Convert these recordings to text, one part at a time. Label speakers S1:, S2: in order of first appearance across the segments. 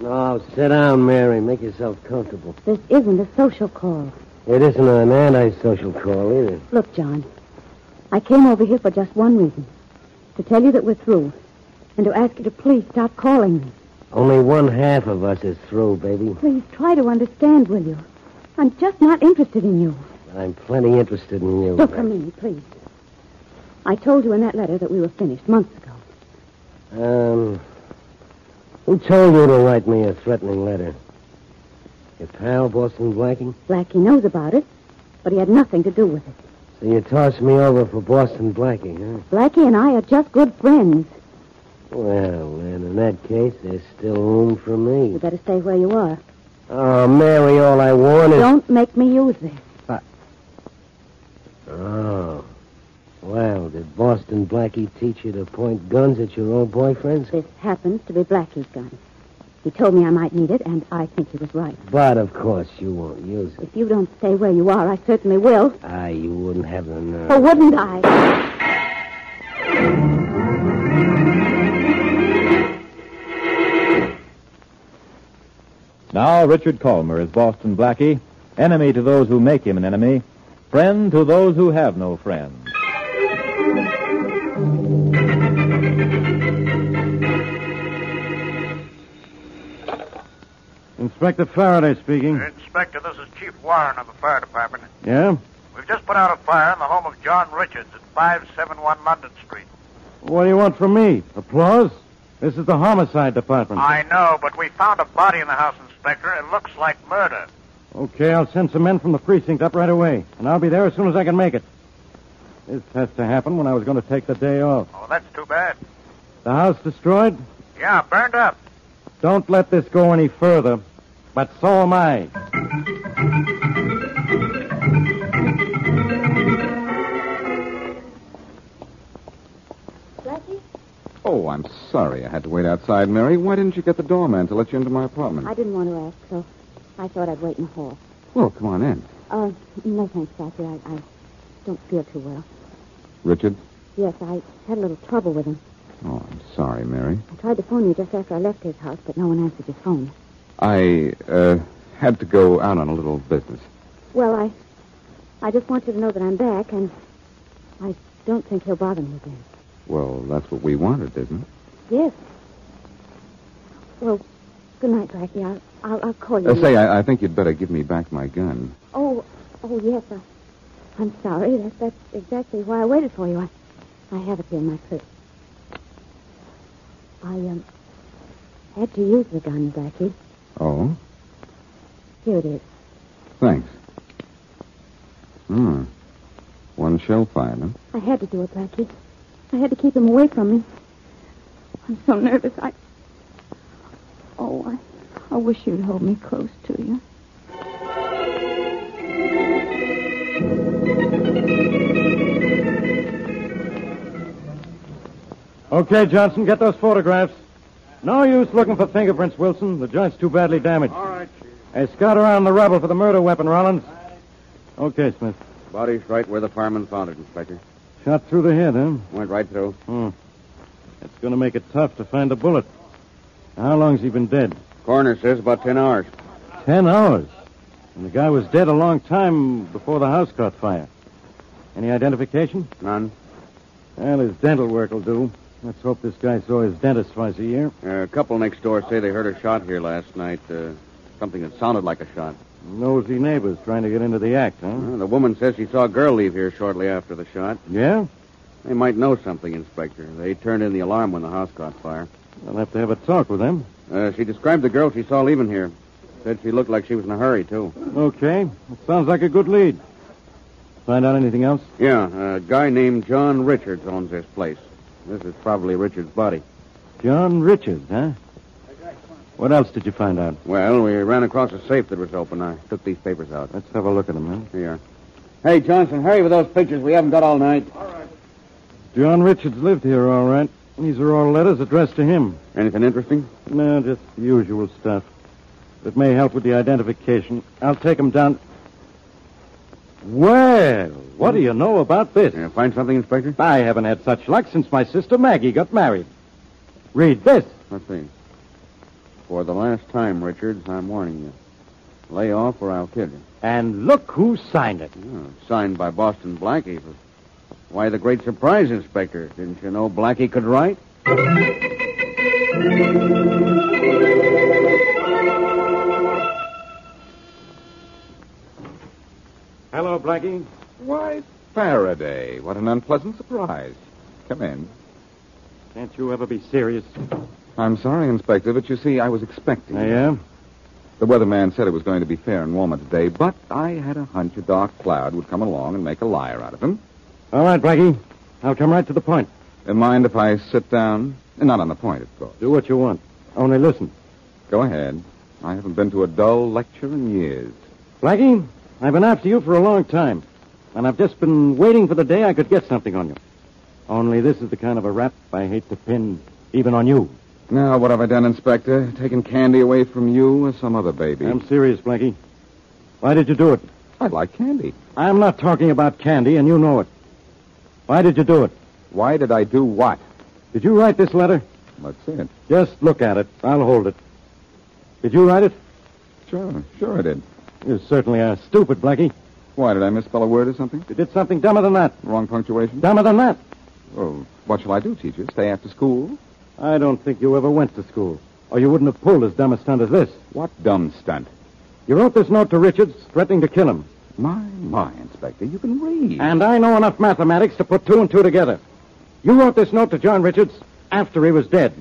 S1: Now, Oh, sit down, Mary. Make yourself comfortable.
S2: This isn't a social call.
S1: It isn't an antisocial call either.
S2: Look, John, I came over here for just one reason to tell you that we're through, and to ask you to please stop calling me.
S1: Only one half of us is through, baby.
S2: Please try to understand, will you? I'm just not interested in you.
S1: But I'm plenty interested in you.
S2: Look for me, please. I told you in that letter that we were finished months ago.
S1: Um, who told you to write me a threatening letter? Your pal, Boston Blackie?
S2: Blackie knows about it, but he had nothing to do with it.
S1: So you tossed me over for Boston Blackie, huh?
S2: Blackie and I are just good friends.
S1: Well, then, in that case, there's still room for me.
S2: You better stay where you are.
S1: Oh, Mary, all I want is...
S2: Don't make me use this.
S1: Oh. Well, did Boston Blackie teach you to point guns at your old boyfriends?
S2: This happens to be Blackie's gun. He told me I might need it, and I think he was right.
S1: But, of course, you won't use it.
S2: If you don't stay where you are, I certainly will.
S1: Ah, you wouldn't have the nerve.
S2: Or wouldn't I?
S3: Now Richard Colmer is Boston Blackie, enemy to those who make him an enemy, friend to those who have no friend. Inspector Faraday speaking.
S4: Inspector, this is Chief Warren of the fire department.
S3: Yeah?
S4: We've just put out a fire in the home of John Richards at 571 London Street.
S3: What do you want from me? Applause? This is the homicide department.
S4: I know, but we found a body in the house, Inspector. It looks like murder.
S3: Okay, I'll send some men from the precinct up right away, and I'll be there as soon as I can make it. This has to happen when I was going to take the day off.
S4: Oh, that's too bad.
S3: The house destroyed?
S4: Yeah, burned up.
S3: Don't let this go any further. But so am I.
S2: Blackie?
S5: Oh, I'm sorry I had to wait outside, Mary. Why didn't you get the doorman to let you into my apartment?
S2: I didn't want to ask, so I thought I'd wait in the hall.
S5: Well, come on in.
S2: Uh, no thanks, Blackie. I, I don't feel too well.
S5: Richard?
S2: Yes, I had a little trouble with him.
S5: Oh, I'm sorry, Mary.
S2: I tried to phone you just after I left his house, but no one answered your phone.
S5: I, uh, had to go out on a little business.
S2: Well, I, I just want you to know that I'm back, and I don't think he'll bother me again.
S5: Well, that's what we wanted, isn't it?
S2: Yes. Well, good night, Blackie. I'll, I'll, I'll call you.
S5: Uh, say, I, I think you'd better give me back my gun.
S2: Oh, oh yes. I, I'm sorry. That, that's exactly why I waited for you. I, I have it here in my purse. I um, had to use the gun, Blackie.
S5: Oh?
S2: Here it is.
S5: Thanks. Hmm. One shell fired, huh?
S2: I had to do it, Blackie. I had to keep him away from me.
S6: I'm so nervous. I. Oh, I, I wish you'd hold me close to you.
S3: Okay, Johnson, get those photographs. No use looking for fingerprints, Wilson. The joint's too badly damaged. All right, Chief. Hey, scout around the rubble for the murder weapon, Rollins. Okay, Smith.
S5: Body's right where the fireman found it, Inspector.
S3: Shot through the head, huh?
S5: Went right through.
S3: Hmm. It's going to make it tough to find the bullet. How long's he been dead?
S5: Coroner says about ten hours.
S3: Ten hours. And the guy was dead a long time before the house caught fire. Any identification?
S5: None.
S3: Well, his dental work will do. Let's hope this guy saw his dentist twice a year.
S5: Uh, a couple next door say they heard a shot here last night. Uh, something that sounded like a shot.
S3: Nosy neighbors trying to get into the act, huh?
S5: Uh, the woman says she saw a girl leave here shortly after the shot.
S3: Yeah?
S5: They might know something, Inspector. They turned in the alarm when the house caught fire.
S3: I'll have to have a talk with them.
S5: Uh, she described the girl she saw leaving here. Said she looked like she was in a hurry, too.
S3: Okay. That sounds like a good lead. Find out anything else?
S5: Yeah, a guy named John Richards owns this place. This is probably Richards' body.
S3: John Richards, huh? What else did you find out?
S5: Well, we ran across a safe that was open. I took these papers out.
S3: Let's have a look at them, huh?
S5: Here. Hey, Johnson, hurry with those pictures. We haven't got all night. All right.
S3: John Richards lived here, all right. These are all letters addressed to him.
S5: Anything interesting?
S3: No, just the usual stuff. It may help with the identification. I'll take them down. Well, what do you know about this?
S5: Yeah, find something, Inspector?
S3: I haven't had such luck since my sister Maggie got married. Read this.
S5: Let's see. For the last time, Richards, I'm warning you. Lay off or I'll kill you.
S3: And look who signed it.
S5: Yeah, signed by Boston Blackie. But why, the great surprise, Inspector. Didn't you know Blackie could write?
S3: Hello, Blackie.
S5: Why, Faraday. What an unpleasant surprise. Come in.
S3: Can't you ever be serious?
S5: I'm sorry, Inspector, but you see, I was expecting.
S3: I am?
S5: The weatherman said it was going to be fair and warmer today, but I had a hunch a dark cloud would come along and make a liar out of him.
S3: All right, Blackie. I'll come right to the point.
S5: Uh, mind if I sit down? Eh, Not on the point, of course.
S3: Do what you want. Only listen.
S5: Go ahead. I haven't been to a dull lecture in years.
S3: Blackie, I've been after you for a long time, and I've just been waiting for the day I could get something on you. Only this is the kind of a rap I hate to pin even on you.
S5: Now, what have I done, Inspector? Taken candy away from you or some other baby?
S3: I'm serious, Blackie. Why did you do it?
S5: I like candy.
S3: I'm not talking about candy, and you know it. Why did you do it?
S5: Why did I do what?
S3: Did you write this letter?
S5: Let's see it.
S3: Just look at it. I'll hold it. Did you write it?
S5: Sure, sure I did.
S3: You certainly are stupid, Blackie.
S5: Why, did I misspell a word or something?
S3: You did something dumber than that.
S5: Wrong punctuation?
S3: Dumber than that.
S5: Well, what shall I do, teacher? Stay after school?
S3: I don't think you ever went to school, or you wouldn't have pulled as dumb a stunt as this.
S5: What dumb stunt?
S3: You wrote this note to Richards, threatening to kill him.
S5: My, my, Inspector, you can read.
S3: And I know enough mathematics to put two and two together. You wrote this note to John Richards after he was dead.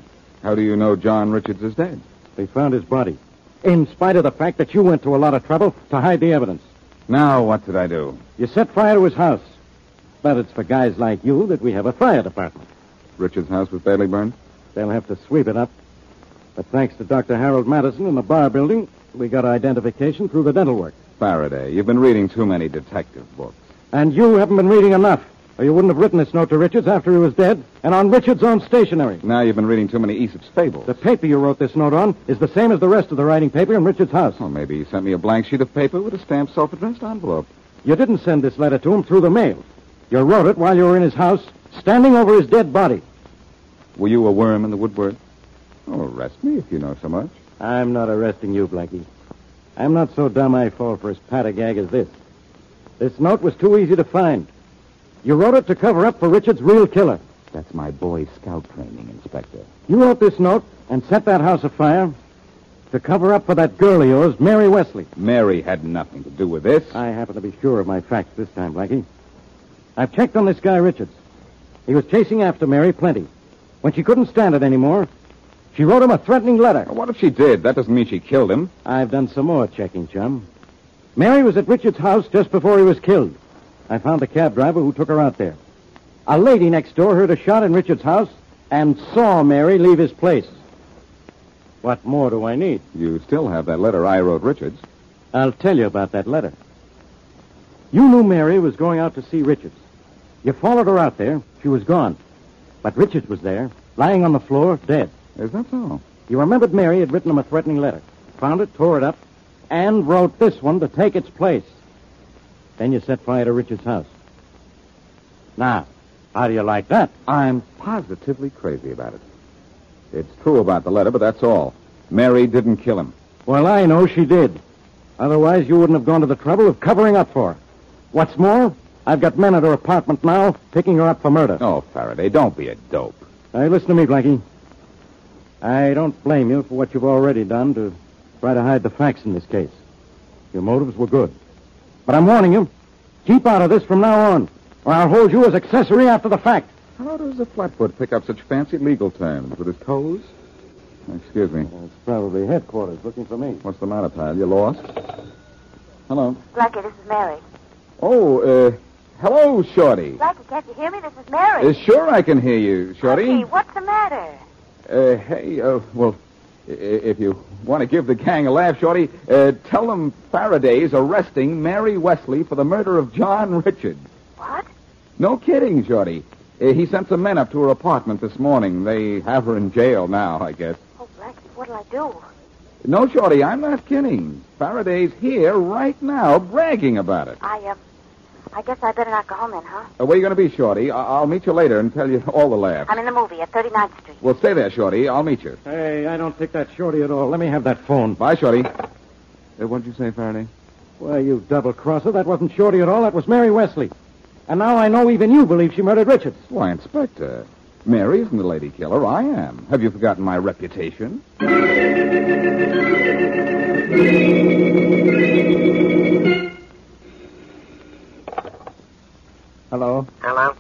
S5: How do you know John Richards is dead?
S3: They found his body, in spite of the fact that you went to a lot of trouble to hide the evidence.
S5: Now, what did I do?
S3: You set fire to his house. But it's for guys like you that we have a fire department.
S5: Richards' house was badly burned?
S3: They'll have to sweep it up. But thanks to Dr. Harold Madison in the bar building, we got identification through the dental work.
S5: Faraday, you've been reading too many detective books.
S3: And you haven't been reading enough, or you wouldn't have written this note to Richards after he was dead and on Richards' own stationery.
S5: Now you've been reading too many Aesop's fables.
S3: The paper you wrote this note on is the same as the rest of the writing paper in Richards' house.
S5: Well, maybe you sent me a blank sheet of paper with a stamped self-addressed envelope.
S3: You didn't send this letter to him through the mail. You wrote it while you were in his house, standing over his dead body.
S5: Were you a worm in the woodwork? Oh, arrest me if you know so much.
S3: I'm not arresting you, Blackie. I'm not so dumb I fall for as pat a gag as this. This note was too easy to find. You wrote it to cover up for Richard's real killer.
S5: That's my boy scout training, Inspector.
S3: You wrote this note and set that house afire to cover up for that girl of yours, Mary Wesley.
S5: Mary had nothing to do with this.
S3: I happen to be sure of my facts this time, Blackie. I've checked on this guy, Richards. He was chasing after Mary plenty. When she couldn't stand it anymore, she wrote him a threatening letter.
S5: Now, What if she did? That doesn't mean she killed him.
S3: I've done some more checking, chum. Mary was at Richard's house just before he was killed. I found the cab driver who took her out there. A lady next door heard a shot in Richard's house and saw Mary leave his place. What more do I need?
S5: You still have that letter I wrote Richards.
S3: I'll tell you about that letter. You knew Mary was going out to see Richards. You followed her out there. She was gone. But Richards was there, lying on the floor, dead.
S5: Is that so?
S3: You remembered Mary had written him a threatening letter, found it, tore it up, and wrote this one to take its place. Then you set fire to Richards' house. Now, how do you like that?
S5: I'm positively crazy about it. It's true about the letter, but that's all. Mary didn't kill him.
S3: Well, I know she did. Otherwise, you wouldn't have gone to the trouble of covering up for her. What's more, I've got men at her apartment now picking her up for murder.
S5: Oh, Faraday, don't be a dope.
S3: Now, you listen to me, Blackie. I don't blame you for what you've already done to try to hide the facts in this case. Your motives were good. But I'm warning you, keep out of this from now on, or I'll hold you as accessory after the fact.
S5: How does a flatfoot pick up such fancy legal terms with his toes? Excuse me.
S3: It's probably headquarters looking for me.
S5: What's the matter, pal? You lost? Hello.
S7: Blackie, this is Mary.
S5: Oh, uh, hello, Shorty.
S7: Blackie, can't you hear me? This is Mary.
S5: Uh, sure, I can hear you, Shorty.
S7: Blackie, what's the matter?
S5: Uh, hey, uh, well, i- i- if you want to give the gang a laugh, Shorty, uh, tell them Faraday's arresting Mary Wesley for the murder of John Richards.
S7: What?
S5: No kidding, Shorty. Uh, he sent some men up to her apartment this morning. They have her in jail now, I guess.
S7: Oh, Blackie, what'll I do?
S5: No, Shorty, I'm not kidding. Faraday's here right now bragging about it.
S7: I, um, I guess I better not go home then, huh?
S5: Uh, where you going to be, Shorty? I- I'll meet you later and tell you all the laughs.
S7: I'm in the movie at 39th Street.
S5: Well, stay there, Shorty. I'll meet you.
S3: Hey, I don't think that's Shorty at all. Let me have that phone.
S5: Bye, Shorty. Uh, what'd you say, Faraday?
S3: Well, you double crosser. That wasn't Shorty at all. That was Mary Wesley. And now I know even you believe she murdered Richards.
S5: Why, Inspector, Mary isn't the lady killer. I am. Have you forgotten my reputation?
S8: Hello.
S9: Hello?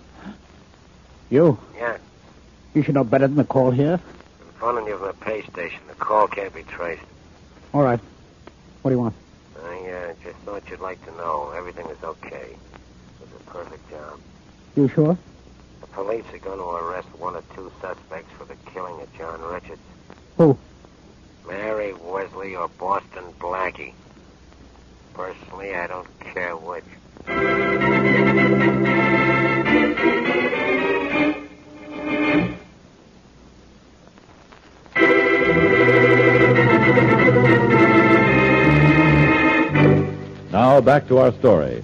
S8: You.
S9: Yeah,
S8: You should know better than to call here.
S9: I'm phoning you from the pay station. The call can't be traced.
S8: All right. What do you want?
S9: I uh, just thought you'd like to know everything is okay. It's a perfect job.
S8: You sure?
S9: The police are going to arrest one or two suspects for the killing of John Richards.
S8: Who?
S9: Mary Wesley or Boston Blackie. Personally, I don't care which.
S10: Now back to our story.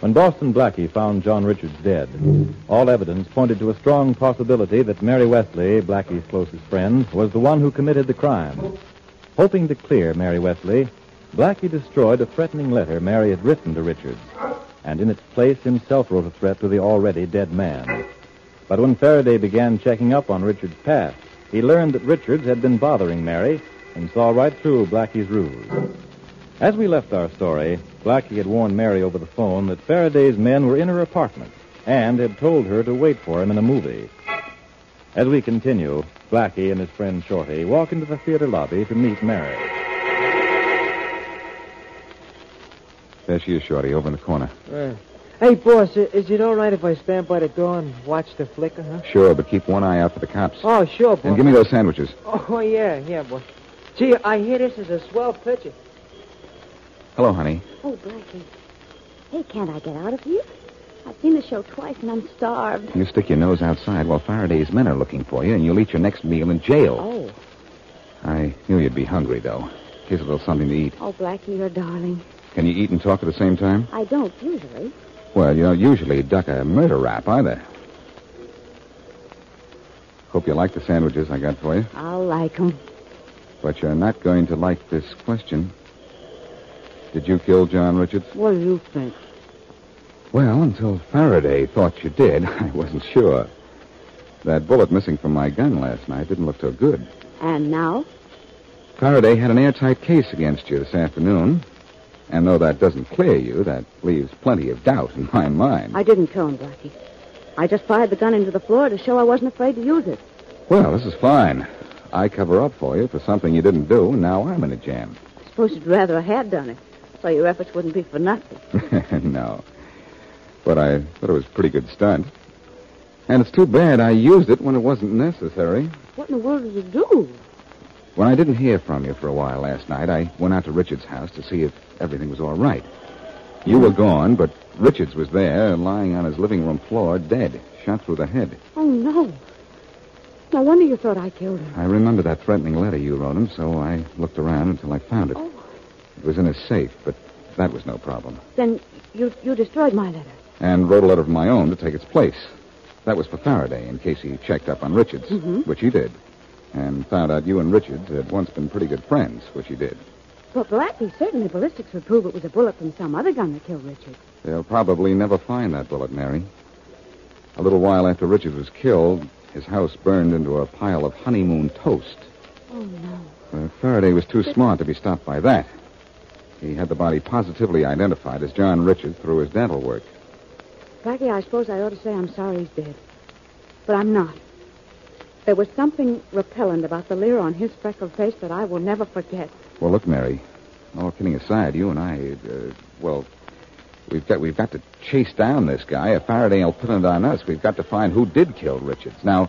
S10: When Boston Blackie found John Richards dead, all evidence pointed to a strong possibility that Mary Wesley, Blackie's closest friend, was the one who committed the crime. Hoping to clear Mary Wesley, Blackie destroyed a threatening letter Mary had written to Richards, and in its place himself wrote a threat to the already dead man. But when Faraday began checking up on Richards' past, he learned that Richards had been bothering Mary and saw right through Blackie's ruse. As we left our story, Blackie had warned Mary over the phone that Faraday's men were in her apartment and had told her to wait for him in a movie. As we continue, Blackie and his friend Shorty walk into the theater lobby to meet Mary.
S5: There she is, Shorty, over in the corner.
S11: Uh, Hey, boss, i- is it all right if I stand by the door and watch the flicker, huh?
S5: Sure, but keep one eye out for the cops.
S11: Oh, sure, boss.
S5: And give me those sandwiches.
S11: Oh, yeah, yeah, boss. Gee, I hear this is a swell picture.
S5: Hello, honey.
S2: Oh, Blackie. Hey, can't I get out of here? I've seen the show twice and I'm starved.
S5: You stick your nose outside while Faraday's men are looking for you, and you'll eat your next meal in jail.
S2: Oh.
S5: I knew you'd be hungry, though. Here's a little something to eat.
S2: Oh, Blackie, you're darling.
S5: Can you eat and talk at the same time?
S2: I don't usually.
S5: Well, you don't usually duck a murder rap either. Hope you like the sandwiches I got for you.
S2: I'll like 'em.
S5: But you're not going to like this question. Did you kill John Richards?
S11: What do you think?
S5: Well, until Faraday thought you did, I wasn't sure. That bullet missing from my gun last night didn't look so good.
S2: And now?
S5: Faraday had an airtight case against you this afternoon. And though that doesn't clear you, that leaves plenty of doubt in my mind.
S2: I didn't kill him, Blackie. I just fired the gun into the floor to show I wasn't afraid to use it.
S5: Well, this is fine. I cover up for you for something you didn't do, and now I'm in a jam.
S2: I suppose you'd rather I had done it, so your efforts wouldn't be for nothing.
S5: no. But I thought it was a pretty good stunt. And it's too bad I used it when it wasn't necessary.
S12: What in the world did you do?
S5: When I didn't hear from you for a while last night, I went out to Richard's house to see if everything was all right. You were gone, but Richards was there, lying on his living room floor, dead, shot through the head.
S12: Oh, no. No wonder you thought I killed him.
S5: I remember that threatening letter you wrote him, so I looked around until I found it. It was in a safe, but that was no problem.
S12: Then you, you destroyed my letter.
S5: And wrote a letter of my own to take its place. That was for Faraday, in case he checked up on Richards,
S12: Mhm.
S5: which he did. And found out you and Richards had once been pretty good friends, which he did.
S12: But Blackie, certainly ballistics would prove it was a bullet from some other gun that killed Richard.
S5: They'll probably never find that bullet, Mary. A little while after Richards was killed, his house burned into a pile of honeymoon toast.
S12: Oh, no.
S5: Uh, Faraday was too smart to be stopped by that. He had the body positively identified as John Richards through his dental work.
S12: Blackie, I suppose I ought to say I'm sorry he's dead. But I'm not. There was something repellent about the leer on his freckled face that I will never forget.
S5: Well, look, Mary. All kidding aside, you and I, uh, well, we've got we've got to chase down this guy. If Faraday will put it on us, we've got to find who did kill Richards. Now,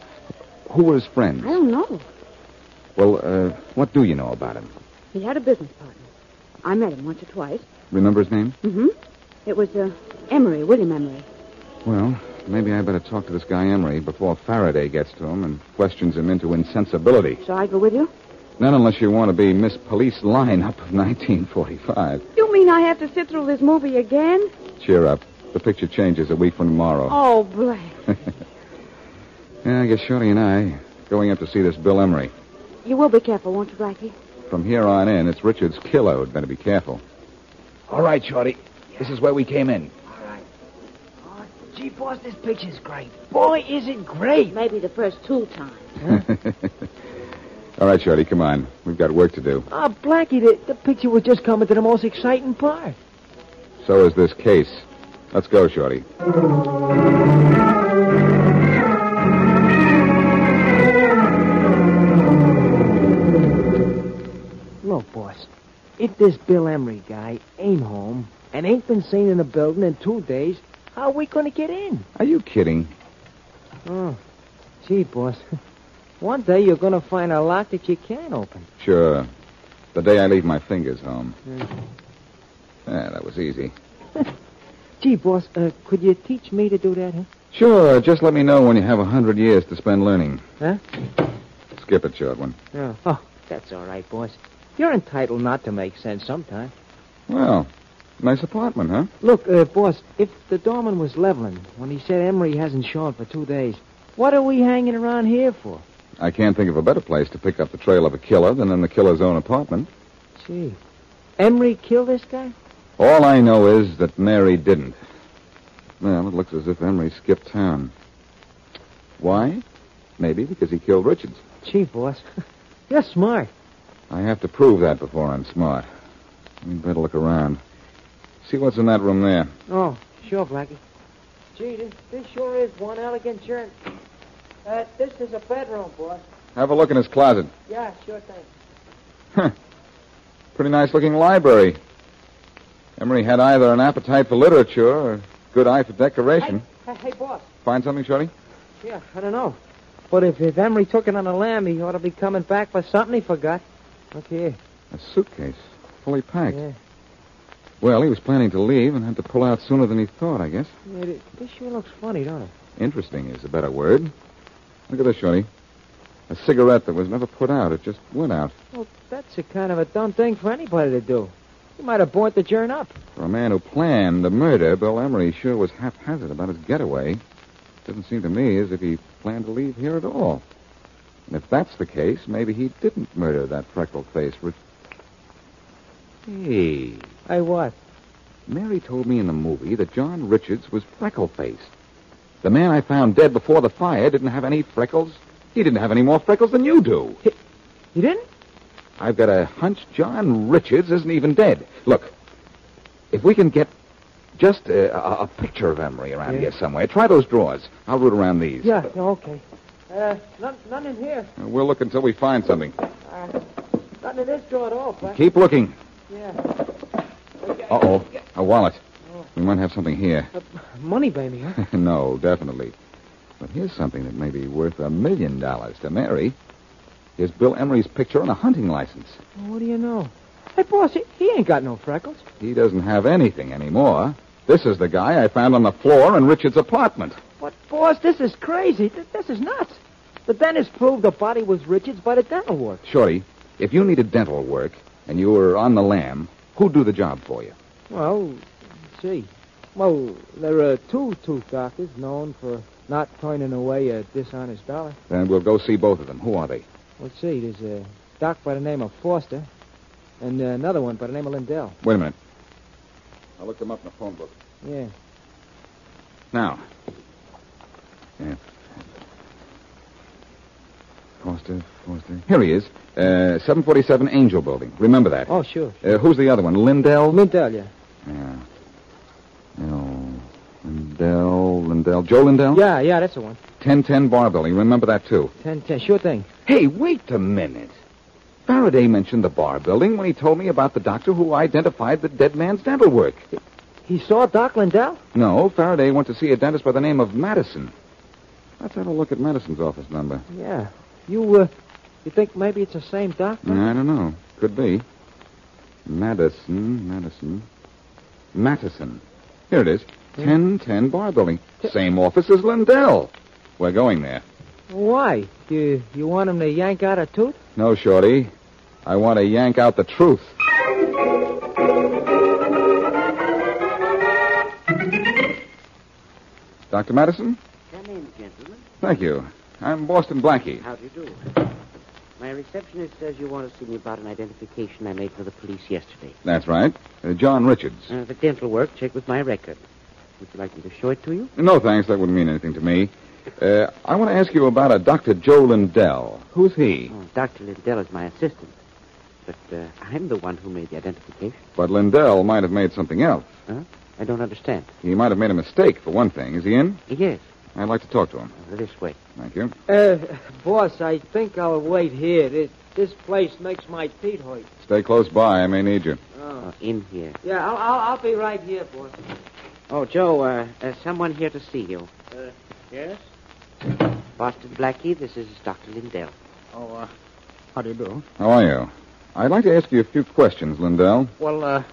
S5: who were his
S12: I
S5: friends?
S12: don't know.
S5: Well, uh, what do you know about him?
S12: He had a business partner. I met him once or twice.
S5: Remember his name?
S12: Mm-hmm. It was uh, Emery, William Emery.
S5: Well, maybe I better talk to this guy Emery before Faraday gets to him and questions him into insensibility.
S12: Shall I go with you?
S5: Not unless you want to be Miss Police Lineup of 1945.
S12: You mean I have to sit through this movie again?
S5: Cheer up. The picture changes a week from tomorrow.
S12: Oh, Black.
S5: Yeah, I guess Shorty and I going up to see this Bill Emery.
S12: You will be careful, won't you, Blackie?
S5: From here on in, it's Richard's killer. Better be careful. All right, Shorty. This is where we came in.
S13: Oh, Gee, boss, this picture's great. Boy, is it great.
S12: Maybe the first two times.
S5: All right, Shorty, come on. We've got work to do.
S11: Ah, Blackie, the, the picture was just coming to the most exciting part.
S5: So is this case. Let's go, Shorty.
S11: Look, boss, if this Bill Emery guy ain't home and ain't been seen in the building in two days, how are we going to get in?
S5: Are you kidding?
S11: Oh, gee, boss. One day you're going to find a lock that you can't open.
S5: Sure. The day I leave my fingers home.
S11: Mm.
S5: Yeah, that was easy.
S11: Gee, boss, uh, could you teach me to do that, huh?
S5: Sure, just let me know when you have a hundred years to spend learning.
S11: Huh?
S5: Skip it, short one.
S11: Yeah. Oh, that's all right, boss. You're entitled not to make sense sometime.
S5: Well, nice apartment, huh?
S11: Look, uh, boss, if the doorman was leveling when he said Emery hasn't shown for two days, what are we hanging around here for?
S5: I can't think of a better place to pick up the trail of a killer than in the killer's own apartment.
S11: Gee. Emery killed this guy?
S5: All I know is that Mary didn't. Well, it looks as if Emery skipped town. Why? Maybe because he killed Richards.
S11: Gee, boss. You're smart.
S5: I have to prove that before I'm smart. We'd better look around. See what's in that room there.
S11: Oh, sure, Blackie. Gee, this, this sure is one elegant journey. Uh, this is a bedroom, boss.
S5: Have a look in his closet.
S11: Yeah, sure thing.
S5: Pretty nice looking library. Emery had either an appetite for literature or a good eye for decoration.
S11: Hey, hey, boss.
S5: Find something, Shorty?
S11: Yeah, I don't know. But if, if Emery took it on a lamb, he ought to be coming back for something he forgot. Look here.
S5: A suitcase, fully packed.
S11: Yeah.
S5: Well, he was planning to leave and had to pull out sooner than he thought, I guess.
S11: Yeah, thi- this sure looks funny, don't it?
S5: Interesting is a better word. Look at this, Shorty. A cigarette that was never put out. It just went out.
S11: Well, that's a kind of a dumb thing for anybody to do. You might have bought the journey up.
S5: For a man who planned the murder, Bill Emery sure was haphazard about his getaway. Doesn't seem to me as if he planned to leave here at all. And if that's the case, maybe he didn't murder that freckled face. Rich- Hey,
S11: Hey, what?
S5: Mary told me in the movie that John Richards was freckle faced. The man I found dead before the fire didn't have any freckles. He didn't have any more freckles than you do.
S11: You didn't?
S5: I've got a hunch John Richards isn't even dead. Look, if we can get just a, a, a picture of Emery around
S11: Yeah.
S5: here somewhere, try those drawers. I'll root around these.
S11: Yeah, yeah, okay. Uh, none, none in here.
S5: Uh, We'll look until we find something.
S11: Uh, nothing in this drawer at all, Frank.
S5: Keep looking.
S11: Yeah. Oh.
S5: Uh oh, a wallet. We might have something here.
S11: Money, baby, huh?
S5: no, definitely. But here's something that may be worth a million dollars to Mary. Here's Bill Emery's picture on a hunting license.
S11: Well, what do you know? Hey, boss, he, he ain't got no freckles.
S5: He doesn't have anything anymore. This is the guy I found on the floor in Richard's apartment.
S11: But, boss, this is crazy. Th- this is nuts. The dentist proved the body was Richard's by the dental work.
S5: Shorty, if you needed dental work and you were on the lam, who'd do the job for you?
S11: Well, gee. Well, there are two tooth doctors known for not turning away a dishonest dollar.
S5: Then we'll go see both of them. Who are they?
S11: Let's see, there's a doc by the name of Foster and uh, another one by the name of Lindell.
S5: Wait a minute. I looked them up in the phone book.
S11: Yeah.
S5: Now. Yeah. Foster, Foster. Here he is. Uh, 747 Angel Building. Remember that.
S11: Oh, sure.
S5: Uh, who's the other one? Lindell?
S11: Lindell, yeah.
S5: Yeah. No. Lindell, Lindell. Joe Lindell?
S11: Yeah, yeah, that's the one.
S5: 1010 Bar Building. Remember that, too.
S11: Ten, ten, sure thing.
S5: Hey, wait a minute. Faraday mentioned the bar building when he told me about the doctor who identified the dead man's dental work.
S11: He saw Doc Lindell?
S5: No, Faraday went to see a dentist by the name of Madison. Let's have a look at Madison's office number.
S11: Yeah. You, uh, you think maybe it's the same doctor?
S5: I don't know. Could be. Madison, Madison. Madison. Here it is. 1010 Bar Building. Same office as Lindell. We're going there.
S11: Why? You, you want him to yank out a tooth?
S5: No, Shorty. I want to yank out the truth. Dr. Madison?
S14: Come in, gentlemen.
S5: Thank you. I'm Boston Blackie.
S14: How do you do? My receptionist says you want to see me about an identification I made for the police yesterday.
S5: That's right. Uh, John Richards.
S14: Uh, the dental work, check with my record. Would you like me to show it to you?
S5: No, thanks. That wouldn't mean anything to me. Uh, I want to ask you about a Dr. Joe Lindell. Who's he?
S14: Oh, Dr. Lindell is my assistant. But uh, I'm the one who made the identification.
S5: But Lindell might have made something else.
S14: Huh? I don't understand.
S5: He might have made a mistake, for one thing. Is he in?
S14: Yes.
S5: I'd like to talk to him.
S14: This way.
S5: Thank you.
S11: Uh, boss, I think I'll wait here. This, this place makes my teeth hurt.
S5: Stay close by. I may need you.
S14: Oh, in here.
S11: Yeah, I'll, I'll, I'll be right here, boss.
S14: Oh, Joe, uh, uh, someone here to see you.
S13: Uh, yes?
S14: Boston Blackie, this is Dr. Lindell.
S13: Oh, uh, how do you do?
S5: How are you? I'd like to ask you a few questions, Lindell.
S13: Well, uh,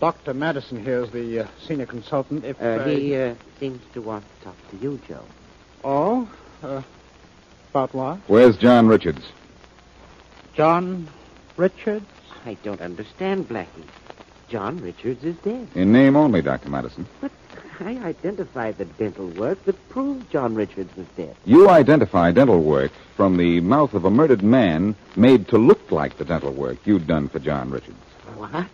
S13: Dr. Madison here is the uh, senior consultant. If
S14: Uh, he uh, seems to want to talk to you, Joe.
S13: Oh? Uh, about what?
S5: Where's John Richards?
S13: John Richards?
S14: I don't understand, Blackie. John Richards is dead.
S5: In name only, Dr. Madison.
S14: I identified the dental work that proved John Richards was dead.
S5: You identify dental work from the mouth of a murdered man made to look like the dental work you'd done for John Richards.
S14: What?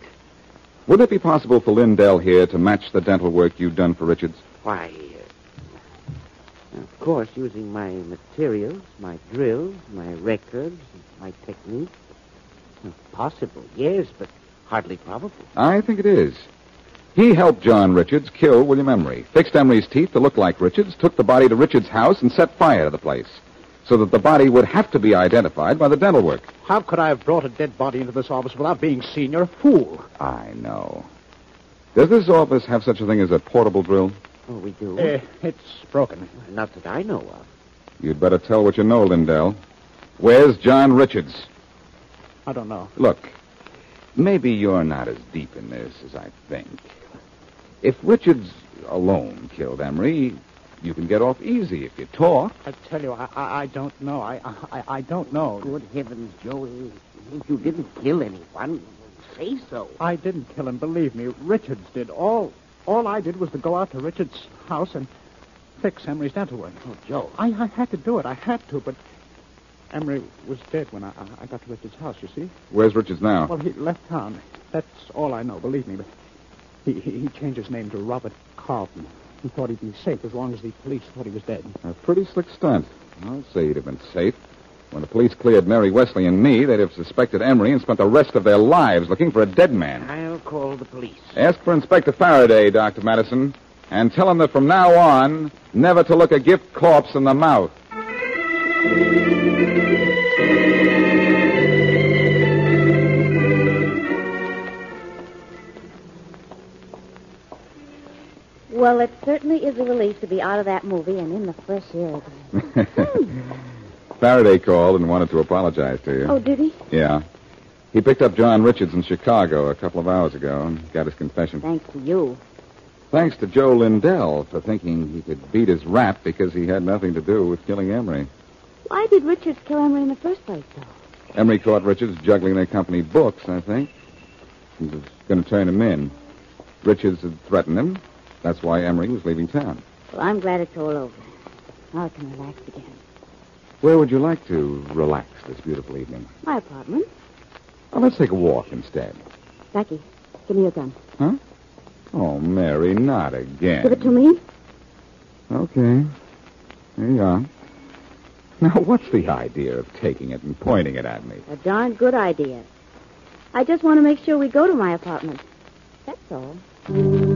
S5: Would it be possible for Lindell here to match the dental work you'd done for Richards?
S14: Why, uh, of course, using my materials, my drills, my records, my technique. Possible, yes, but hardly probable.
S5: I think it is. He helped John Richards kill William Emery, fixed Emery's teeth to look like Richards, took the body to Richards' house, and set fire to the place so that the body would have to be identified by the dental work.
S13: How could I have brought a dead body into this office without being seen? You're a fool.
S5: I know. Does this office have such a thing as a portable drill?
S14: Oh, we do.
S13: Eh, it's broken.
S14: Not that I know of.
S5: You'd better tell what you know, Lindell. Where's John Richards?
S13: I don't know.
S5: Look, maybe you're not as deep in this as I think. If Richards alone killed Emery, you can get off easy if you talk.
S13: I tell you, I, I, I don't know. I, I, I don't know.
S14: Good heavens, Joe. If you didn't kill anyone, say so.
S13: I didn't kill him, believe me. Richards did. All all I did was to go out to Richards' house and fix Emery's dental work.
S14: Oh, Joe.
S13: I, I had to do it. I had to, but Emery was dead when I, I- I got to Richards' house, you see?
S5: Where's Richards now?
S13: Well, he left town. That's all I know, believe me. But he, he, he changed his name to Robert Carlton. He thought he'd be safe as long as the police thought he was dead.
S5: A pretty slick stunt. I'll say he'd have been safe. When the police cleared Mary Wesley and me, they'd have suspected Emery and spent the rest of their lives looking for a dead man.
S14: I'll call the police.
S5: Ask for Inspector Faraday, Dr. Madison, and tell him that from now on, never to look a gift corpse in the mouth.
S2: Well, it certainly certainly is a relief to be out of that movie and in the fresh air again.
S5: Hmm. Faraday called and wanted to apologize to you.
S2: Oh, did he?
S5: Yeah. He picked up John Richards in Chicago a couple of hours ago and got his confession.
S2: Thanks to you.
S5: Thanks to Joe Lindell for thinking he could beat his rap because he had nothing to do with killing Emery.
S2: Why did Richards kill Emery in the first place, though?
S5: Emery caught Richards juggling their company books, I think. He was going to turn him in. Richards had threatened him. That's why Emery was leaving town.
S2: Well, I'm glad it's all over. Now I can relax again.
S5: Where would you like to relax this beautiful evening?
S2: My apartment.
S5: Oh, let's take a walk instead.
S2: Blackie, give me your gun.
S5: Oh, Mary, not again.
S2: Give it to me.
S5: Okay. There you are. Now, what's the idea of taking it and pointing it at me?
S2: A darn good idea. I just want to make sure we go to my apartment. That's all.